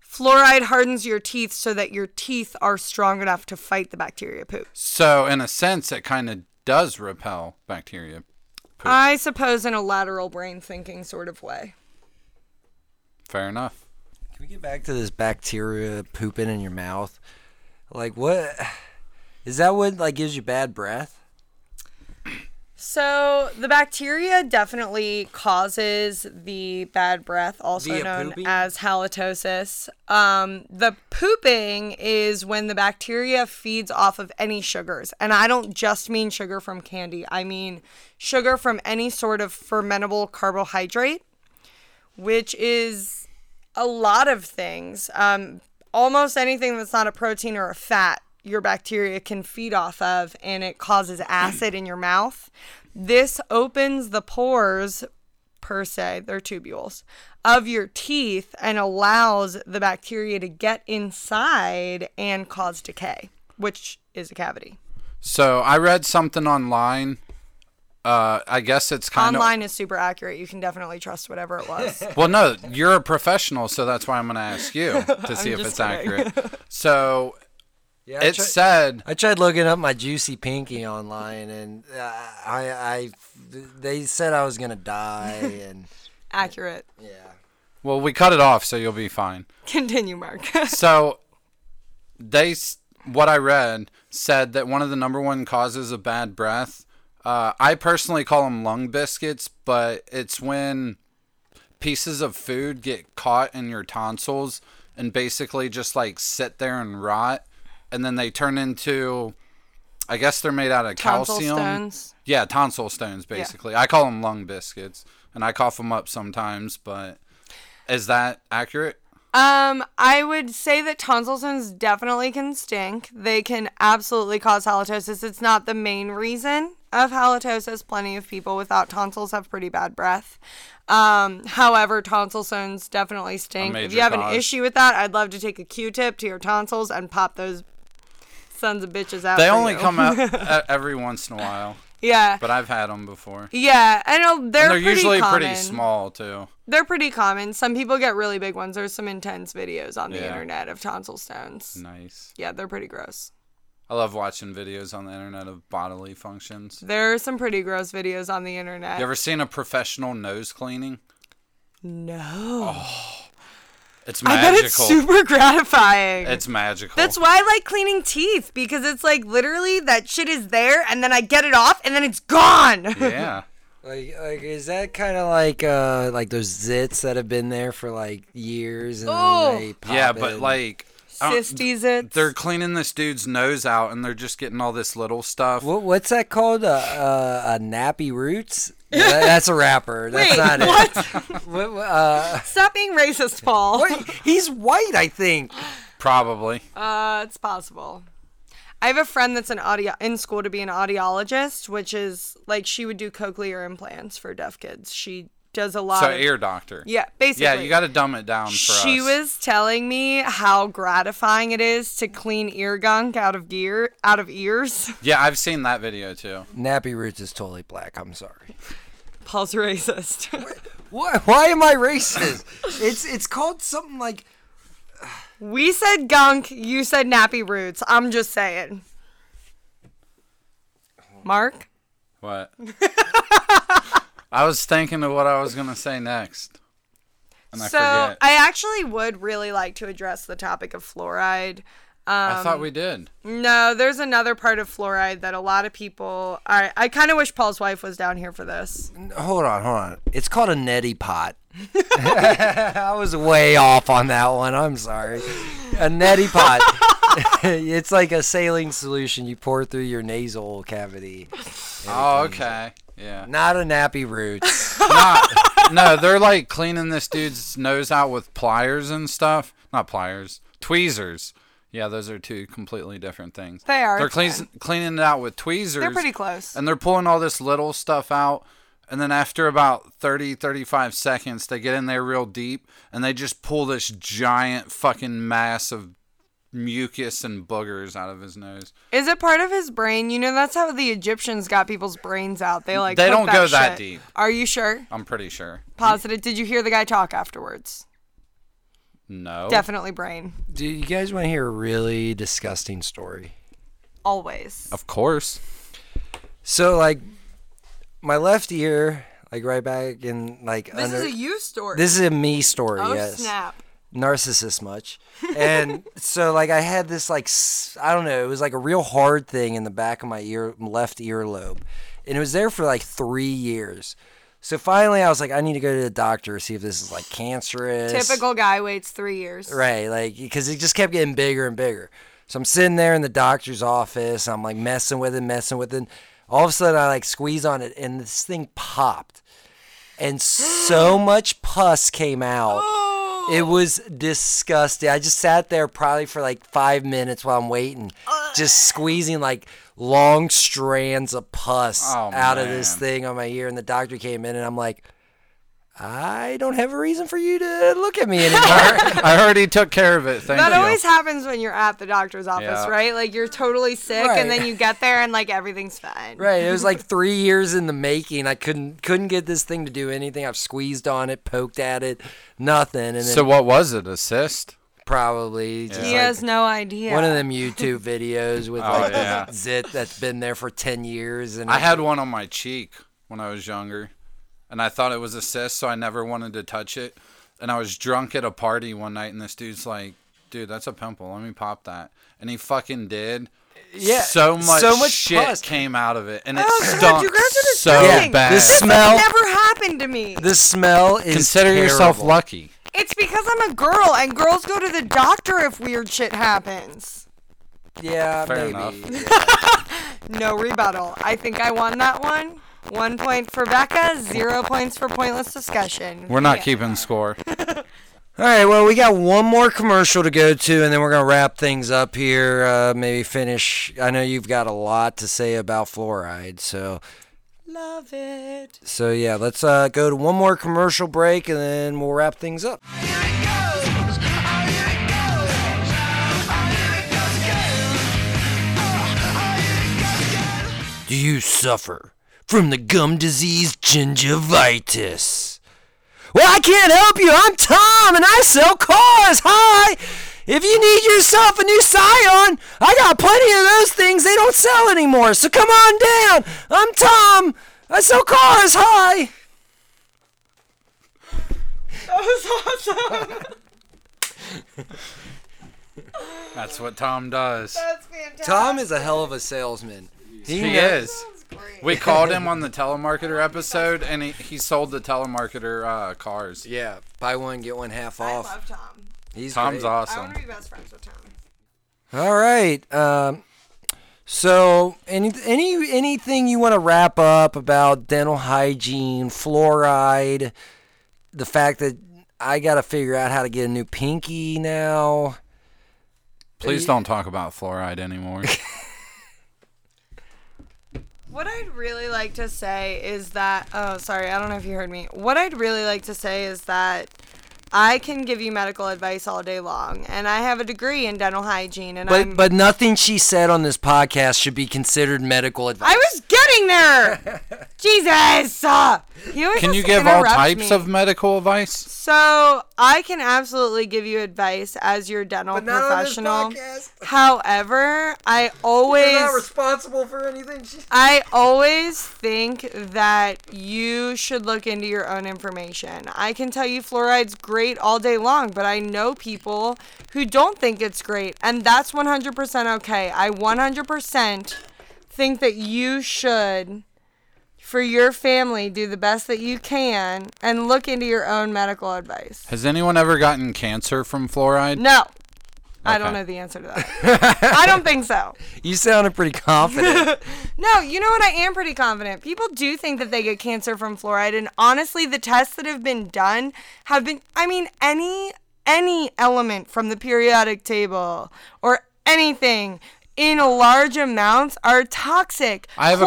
Fluoride hardens your teeth so that your teeth are strong enough to fight the bacteria poop.
So in a sense, it kind of does repel bacteria.
I suppose in a lateral brain thinking sort of way.
Fair enough.
Can we get back to this bacteria pooping in your mouth? Like what? Is that what like gives you bad breath?
So the bacteria definitely causes the bad breath, also
Via
known
pooping?
as halitosis. Um, the pooping is when the bacteria feeds off of any sugars, and I don't just mean sugar from candy. I mean sugar from any sort of fermentable carbohydrate, which is a lot of things. Um, almost anything that's not a protein or a fat, your bacteria can feed off of, and it causes acid in your mouth. This opens the pores, per se, they're tubules, of your teeth and allows the bacteria to get inside and cause decay, which is a cavity.
So I read something online. Uh, I guess it's kind of
Online is super accurate. You can definitely trust whatever it was.
well. No, you're a professional, so that's why I'm going to ask
[laughs]
you to see if it's
just kidding.
accurate. So
Yeah. I
it
tri-
said
I tried looking up my juicy pinky online, and uh, I, I, they said I was gonna die,
[laughs]
and
accurate.
yeah.
Well, we cut it off, so you'll be fine.
Continue, Mark.
So, they s- what I read said that one of the number one causes of bad breath. Uh, I personally call them lung biscuits, but it's when pieces of food get caught in your tonsils and basically just like sit there and rot, and then they turn into. I guess they're made out of
Tonsil
calcium.
stones.
Yeah, tonsil stones, basically. I call them lung biscuits, and I cough them up sometimes. But is that accurate?
Um, I would say that tonsil stones definitely can stink. They can absolutely cause halitosis. It's not the main reason of halitosis. Plenty of people without tonsils have pretty bad breath. Um, however, tonsil stones definitely stink. If
major
you have
cause.
an issue with that, I'd love to take a Q-tip to your tonsils and pop those sons of bitches out.
They
for
only
you. [laughs]
come out e- every once in a while,
Yeah,
but I've had them before.
yeah. I know they're,
And they're
pretty
usually pretty
common.
small too.
They're pretty common. Some people get really big ones. There's some intense videos on the
Yeah.
internet of tonsil stones.
Nice.
Yeah, they're pretty gross.
I love watching videos on the internet of bodily functions.
There are some pretty gross videos on the internet.
You ever seen a professional nose cleaning?
no.
It's
I
Oh, magical.
bet it's super [laughs]
[laughs]
gratifying.
It's magical.
That's why I like cleaning teeth because it's like literally that shit is there and then I get it off and then it's
[laughs]
gone. [laughs]
yeah.
Like, like, is that kind of like, uh, like those zits that have been there for like years, and
Oh.
then they pop
yeah, but
in?
like I don't-
Cysties it.
they're cleaning this dude's nose out and they're just getting all this little stuff.
what, what's that called? A uh, uh, a nappy
[laughs]
roots? Yeah, that- that's a rapper. That's
Wait,
not
what? [laughs]
it. What? what, Uh,
Stop being racist, Paul.
what? He's white, I think.
Probably.
Uh, it's possible. I have a friend that's an audio in school to be an audiologist, which is like she would do cochlear implants for deaf kids. She does a lot
So
of
ear doctor.
yeah, basically.
Yeah, you got to dumb it down for
She
us.
was telling me how gratifying it is to clean ear gunk out of gear out of ears. [laughs]
Yeah, I've seen that video too.
Nappy Roots is totally black. I'm sorry.
Paul's racist. [laughs]
Why, why am I racist? it's it's called something like
we said gunk, you said nappy roots. I'm just saying. Mark,
What? I was thinking of what I was gonna say next, and I
so
forget.
I actually would really like to address the topic of fluoride.
I thought we did.
No, there's another part of fluoride that a lot of people. I I kind of wish Paul's wife was down here for this.
hold on, hold on. It's called a neti pot. [laughs] I was way off on that one. I'm sorry. A neti pot. [laughs] it's like a saline solution you pour through your nasal cavity.
Oh, okay. Yeah.
Not a nappy roots.
Not- [laughs] no, they're like cleaning this dude's nose out with pliers and stuff. Not pliers, tweezers. Yeah, those are two completely different things.
They are,
They're
it's fine.
cleans- cleaning it out with tweezers.
They're pretty close.
and they're pulling all this little stuff out and then after about 30 35 seconds they get in there real deep and they just pull this giant fucking mass of mucus and boogers out of his nose
Is it part of his brain? You know, that's how the Egyptians got people's brains out. They like
They
cook
don't go that
shit.
deep.
Are you sure?
i'm pretty sure
Positive. Did you hear the guy talk afterwards?
Oh.
no
Definitely brain.
Do you guys want to hear a really disgusting story?
Always.
of course [laughs]
So like my left ear, like right back in like
This
under
is a you story.
This is a me story,
oh
yes.
snap!
narcissist much. And so like I had this like s- I don't know, it was like a real hard thing in the back of my ear left earlobe. And it was there for like 3 years. So finally I was like I need to go to the doctor see if this is like cancerous.
Typical guy waits three years.
Right, like because it just kept getting bigger and bigger. So I'm sitting there in the doctor's office. I'm like messing with it, messing with it. All of a sudden, I like squeeze on it, and this thing popped, and
[gasps]
so much pus came out.
Oh.
It was disgusting. I just sat there probably for like five minutes while I'm waiting, just squeezing like long strands of pus
Oh,
out of this
man.
thing on my ear. And the doctor came in, and I'm like, I don't have a reason for you to look at me anymore.
i already took care of it thank
That
you
always happens when you're at the doctor's office,
Yeah.
right? Like you're totally sick,
Right.
and then you get there, and like everything's fine.
Right. It was like three years in the making. I couldn't couldn't get this thing to do anything. I've squeezed on it, poked at it, nothing. And then
so what was it a cyst
probably just
He
like
has no idea.
one of them YouTube videos with
Oh,
like
yeah.
zit that's been there for ten years. And
i had one on my cheek when i was younger and i thought it was a cyst so i never wanted to touch it and i was drunk at a party one night and this dude's like dude that's a pimple let me pop that and he fucking did
yeah,
so much,
so much
shit
pus.
came out of it, and it
Oh, God,
stunk
you guys are
so
disgusting.
bad.
the smell.
never happened to me.
The smell is
Consider yourself
terrible.
lucky.
It's because I'm a girl, and girls go to the doctor if weird shit happens.
Yeah,
Fair
maybe.
enough.
No rebuttal. I think I won that one. One point for Becca, zero points for pointless discussion.
We're not keeping score.
All right, well, we got one more commercial to go to, and then we're going to wrap things up here. Uh, maybe finish. I know you've got a lot to say about fluoride, so
Love it.
So yeah, let's uh, go to one more commercial break and then we'll wrap things up. Do you suffer from the gum disease gingivitis? Well, I can't help you. I'm Tom and I sell cars. Hi. If you need yourself a new Scion, I got plenty of those things. They don't sell anymore. So come on down. I'm Tom. I sell cars. Hi.
That's what Tom does.
That's fantastic.
Tom is a hell of a salesman.
He is. We called him on the telemarketer episode, and he, he sold the telemarketer uh, cars.
Yeah, buy one get one half
I
off.
love Tom.
He's
Tom's
great.
I
awesome.
want to be best friends with Tom.
All right. Um, so any any anything you want to wrap up about dental hygiene, fluoride, the fact that I got to figure out how to get a new pinky now.
[laughs]
Please don't talk about fluoride anymore.
What I'd really like to say is that, oh, sorry, I don't know if you heard me. What I'd really like to say is that I can give you medical advice all day long, and I have a degree in dental hygiene, and I'm.
But but nothing she said on this podcast should be considered medical advice.
I was getting there.
[laughs]
Jesus. Uh, he always
Can
has
you
to
give all
interrupt
types
me.
of medical advice?
So I can absolutely give you advice as your dental
But not on this
professional.
podcast.
However, I
You're not
always
responsible for anything. She-
I always think that you should look into your own information. I can tell you fluoride's great all day long, but I know people who don't think it's great, and that's 100% okay. I 100% think that you should for your family do the best that you can and look into your own medical advice.
Has anyone ever gotten cancer from fluoride?
No. I don't
Okay.
know the answer to that.
[laughs]
I don't think so.
[laughs] You sounded pretty
[laughs]
confident.
No, you know what? I am pretty confident. People do think that they get cancer from fluoride, and honestly, the tests that have been done have been. I mean, any any element from the periodic table or anything in large amounts are toxic.
I have a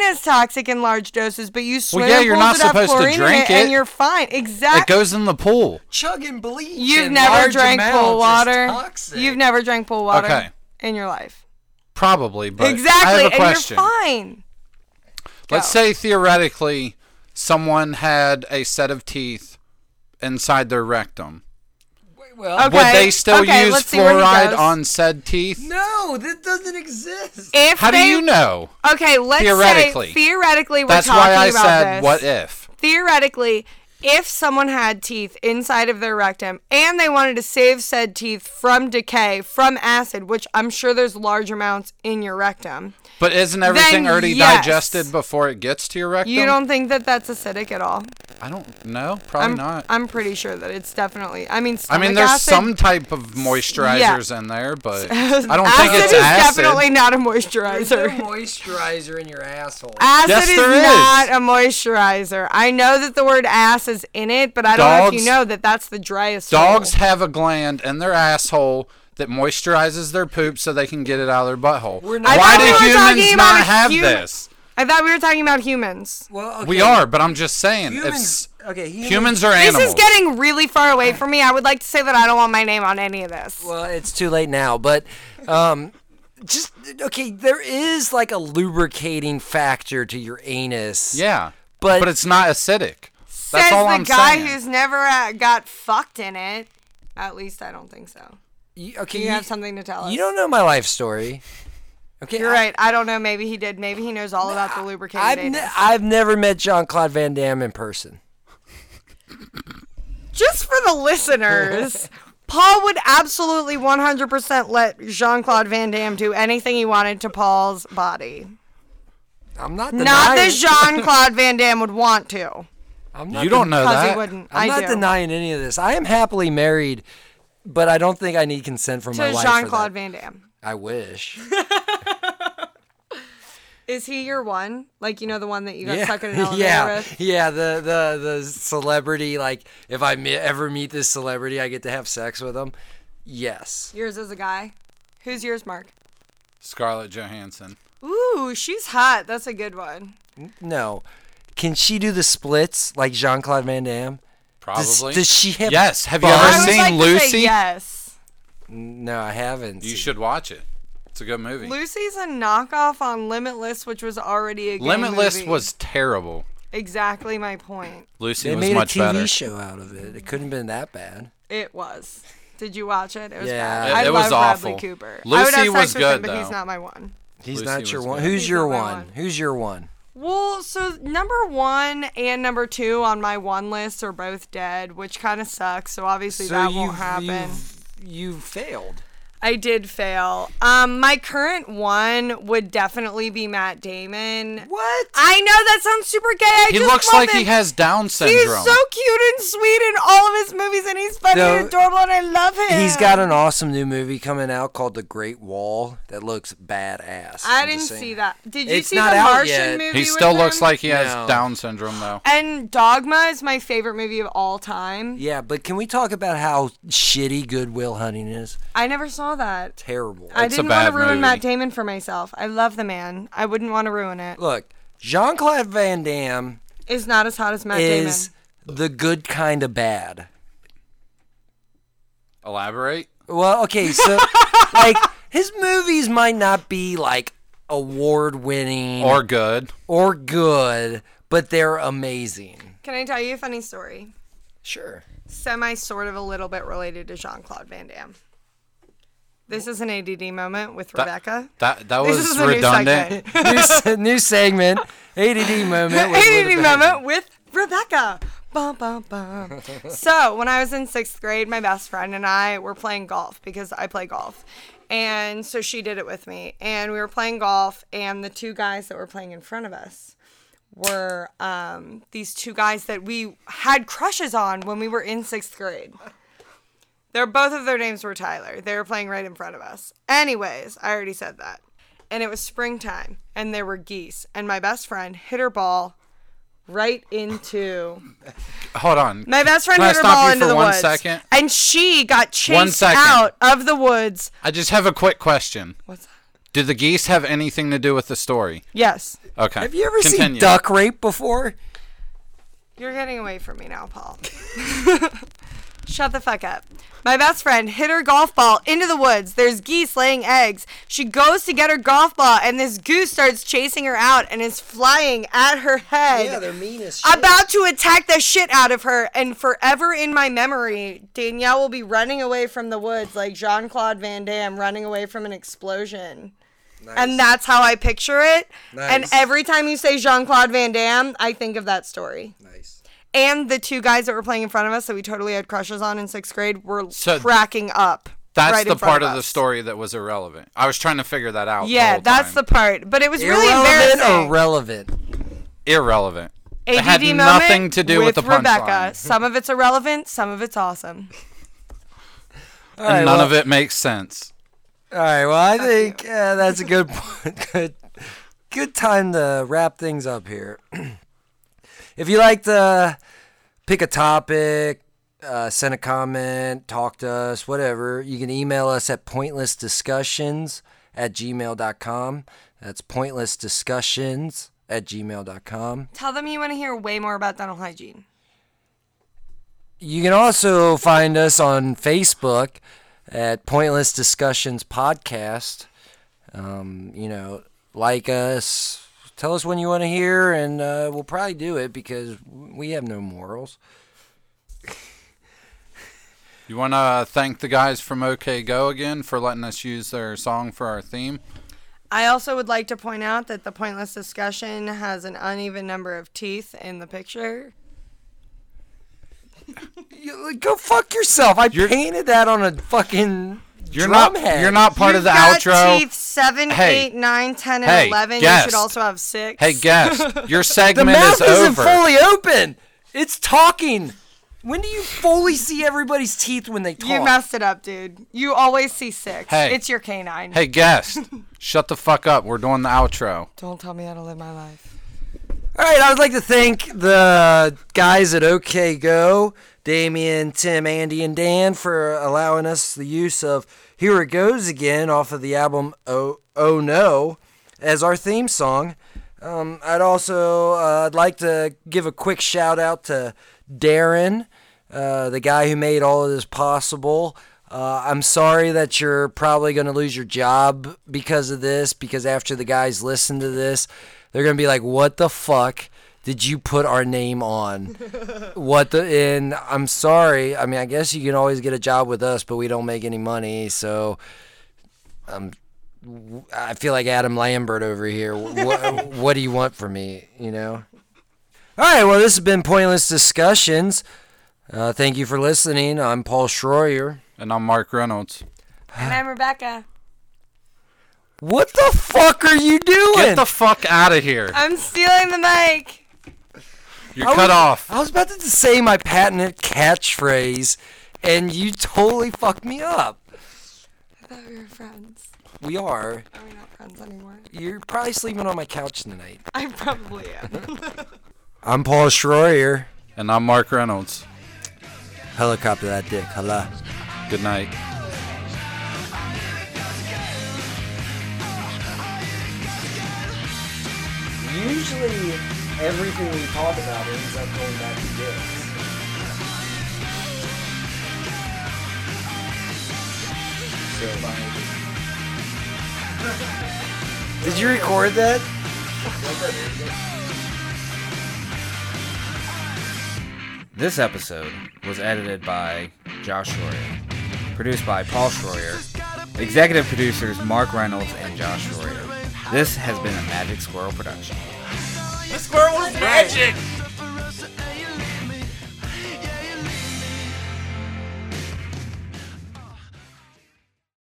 question.
is toxic in large doses, but you swim
yeah,
in
you're
pools
not
that have
supposed to
chlorine in
drink
and
it.
you're fine.
It
Exactly.
goes in the pool.
Chug and bleach.
You've
in
never
large
drank pool
amounts is
water.
toxic.
You've never drank pool water
Okay.
in your life.
Probably, but I
exactly,
have a
and
question.
you're fine.
Let's
Go.
say theoretically someone had a set of teeth inside their rectum.
Well,
Okay.
Would they still
okay,
use
let's see where he
fluoride
goes.
on said teeth?
no, that doesn't exist.
If
How do
they-
you know?
Okay, let's
Theoretically.
say theoretically we're
That's
talking
why I
about
said
this.
what if.
Theoretically, if someone had teeth inside of their rectum and they wanted to save said teeth from decay from acid, which I'm sure there's large amounts in your rectum,
But isn't everything
Then
already
yes.
digested before it gets to your rectum?
you don't think that that's acidic at all?
I don't know. Probably
I'm
not.
I'm pretty sure that it's definitely. I mean,
I mean,
stomach
there's
acid-
some type of moisturizers in there,
[laughs]
but I don't
acid
think it's
is
acid.
definitely not a
There's no [laughs]
moisturizer.
moisturizer in your asshole.
Acid
Yes,
is,
there is.
not a moisturizer. I know that the word ass is in it, but I don't know if
Dogs-
you know that that's the driest.
Dogs
hole.
have a gland in their asshole that moisturizes their poop so they can get it out of their butthole.
We're not- I
Why
thought we
do
were
talking
humans
about
not
a
have
human-
this?
I thought we were talking about humans.
Well, okay.
We are, but I'm just saying. if
Humans.
s-
Okay. Humans. uh,
humans are
This
animals.
is getting really far away from me. I would like to say that I don't want my name on any of this.
Well, it's too late now, but um, just okay. There is like a lubricating factor to your anus.
yeah,
but-
but it's not acidic.
Says
That's all
the
I'm
guy
saying.
who's never uh, got fucked in it. At least I don't think so.
You, okay.
You have something to tell us.
You don't know my life story. Okay.
You're right. I don't know. Maybe he did. Maybe he knows all about the lubricated
I've
anus.
ne- I've never met Jean Claude Van Damme in person.
just for
[laughs]
the listeners, Paul would absolutely 100% let Jean Claude Van Damme do anything he wanted to Paul's body.
I'm not denying. [laughs]
Not that Jean Claude Van Damme would want to,
I'm not
you don't know
because he
that.
wouldn't.
I'm
I
not
do.
denying any of this. I am happily married, but I don't think I need consent from my
to
wife.
Jean
for
Claude
that.
Van Damme.
I wish.
Is he your one? Like you know the one that you got
yeah. [laughs]
stuck in an elevator
yeah.
with?
Yeah. The the the celebrity. Like, if I me- ever meet this celebrity, I get to have sex with them. Yes.
Yours is a guy. Who's yours, Mark?
Scarlett Johansson.
Ooh, she's hot. That's a good one.
No. Can she do the splits like Jean Claude Van Damme? Does,
Probably.
does she have?
yes. Have you
buns?
ever
I would
seen
like to say
Lucy?
yes.
No, I haven't.
You should watch it. It's a good movie.
Lucy's a knockoff on Limitless, which was already a gay
Limitless
movie.
was terrible.
exactly my point.
Lucy
They
was
made a
much
TV
better.
show out of it. It couldn't have been that bad.
It was. Did you watch it? It was
Yeah.
bad.
It-
I
it
love
was
Bradley
awful.
Cooper. I would
Lucy
have sex
was
with him,
good,
but he's
though.
not my one.
He's
Lucy
not your
was
one.
good.
Who's
He's
your
not my
one?
one.
Who's your one?
Well, so number one and number two on my one list are both dead, which kind of sucks. So obviously that won't happen.
You failed.
I did fail. Um, my current one would definitely be Matt Damon.
What?
I know that sounds super gay. I
He
just
looks
love
like
him.
he has Down syndrome.
He's so cute and sweet in all of his movies, and he's funny
No.
and adorable, and I love him.
He's got an awesome new movie coming out called The Great Wall that looks badass.
I
I'm
didn't
just
see
saying.
that. Did you
It's
see
not
the
out
Martian
yet.
movie?
He
with
still looks
him?
like he has
No.
Down syndrome, though.
And Dogma is my favorite movie of all time.
Yeah, but can we talk about how shitty Goodwill Hunting is?
I never saw saw that.
Terrible.
I
It's a
didn't want
bad
to ruin
movie.
Matt Damon for myself. I love the man. I wouldn't want to ruin it.
Look, Jean Claude Van Damme
Is not as hot as Matt
is the good kind of bad.
Elaborate.
Well, okay,
[laughs]
so like his movies might not be like award winning
Or good.
or good, but they're amazing.
Damon. Can I tell you a funny story?
Sure.
semi sort of a little bit related to Jean Claude Van Damme. This is an ADD moment with Rebecca.
That that
This
was
is a new
redundant.
segment.
new, se- new segment, ADD
[laughs]
moment. with Linda Bennett.
ADD moment with Rebecca. Bum, bum,
[laughs]
bum. so, when I was in sixth grade, my best friend and I were playing golf because I play golf. And so she did it with me. And we were playing golf, and the two guys that were playing in front of us were um, these two guys that we had crushes on when we were in sixth grade. They're both of their names were Tyler. They were playing right in front of us. Anyways, I already said that. And it was springtime and there were geese. And my best friend hit her ball right into
[laughs] Hold on.
my best friend
Can I
hit her
stop
ball
you
into
for
the
one
woods.
second?
And she got
One
chased
second.
out of the woods.
I just have a quick question.
What's that?
Do the geese have anything to do with the story?
Yes.
Okay.
Have you ever seen
Continue.
duck rape before?
You're getting away from me now, Paul. [laughs] Shut the fuck up. My best friend hit her golf ball into the woods. There's geese laying eggs. She goes to get her golf ball, and this goose starts chasing her out and is flying at her head.
mean as
about to attack the shit out of her, and forever in my memory, Danielle will be running away from the woods like Jean Claude Van Damme running away from an explosion. And that's how I picture it. And
Nice.
every time you say Jean Claude Van Damme, I think of that story
nice.
and the two guys that were playing in front of us that we totally had crushes on in sixth grade were
So
cracking up.
That's
right
the
in front
part of, the
us.
story that was irrelevant. I was trying to figure that out. the
Yeah,
whole
that's the
time.
part. But it was really
Irrelevant
embarrassing.
or relevant?
irrelevant.
ADD
it had
moment
nothing to do with, the
Rebecca.
punchline,
Some of it's irrelevant. Some of it's awesome.
All
and
right,
none
well,
of it makes sense.
All right. Well, I think uh, that's a good, [laughs] point- good, good time to wrap things up here. [clears throat] if you like to pick a topic, uh, send a comment, talk to us, whatever, you can email us at pointlessdiscussions at gmail.com. That's pointlessdiscussions at gmail.com.
Tell them you want to hear way more about dental hygiene.
You can also find us on Facebook at Pointless Discussions Podcast. Um, you know, like us, tell us when you want to hear, and uh, we'll probably do it because we have no morals.
You want to thank the guys from OK Go again for letting us use their song for our theme.
I also would like to point out that the pointless discussion has an uneven number of teeth in the picture.
You, go fuck yourself! I
You're-
painted that on a fucking
You're
drum
not.
head.
You're not part of
You've
the
got
outro.
Teeth seven,
Hey.
eight, nine, ten, and
Hey,
eleven. You
guest.
should also have six.
Hey, guest, your
The
segment
mouth
is
isn't
over.
fully open. It's talking. When do you fully see everybody's teeth when they talk?
You messed it up, dude. You always see six.
Hey.
It's your canine.
Hey, guest, shut the fuck up. We're doing the outro.
Don't tell me how to live my life.
All right, I would like to thank the guys at OK Go, Damien, Tim, Andy, and Dan for allowing us the use of Here It Goes Again off of the album Oh, oh No as our theme song. Um, I'd also uh, I'd like to give a quick shout out to Darren, uh, the guy who made all of this possible. Uh, I'm sorry that you're probably going to lose your job because of this, because after the guys listen to this, they're going to be like, what the fuck did you put our name on? what the and I'm sorry. I mean, I guess you can always get a job with us, but we don't make any money. So um, I feel like Adam Lambert over here. What, what do you want from me? You know. All right. Well, this has been pointless discussions. Uh, thank you for listening. I'm Paul Schroyer.
And I'm Mark Reynolds.
And I'm Rebecca.
What the fuck are you doing?
Get the fuck out of here.
I'm stealing the mic.
You're cut off.
I was about to say my patented catchphrase, and you totally fucked me up.
I thought we were friends.
We are.
Are we not friends anymore?
You're probably sleeping on my couch tonight.
I probably am.
I'm Paul Schroyer.
And I'm Mark Reynolds.
Helicopter that dick. Hello.
Good night.
I
Essentially, everything we talk about ends up going back to this. Did you record that?
This episode was edited by Josh Schroyer, produced by Paul Schroyer, executive producers Mark Reynolds and Josh Schroyer. This has been a Magic Squirrel production.
The squirrel was magic.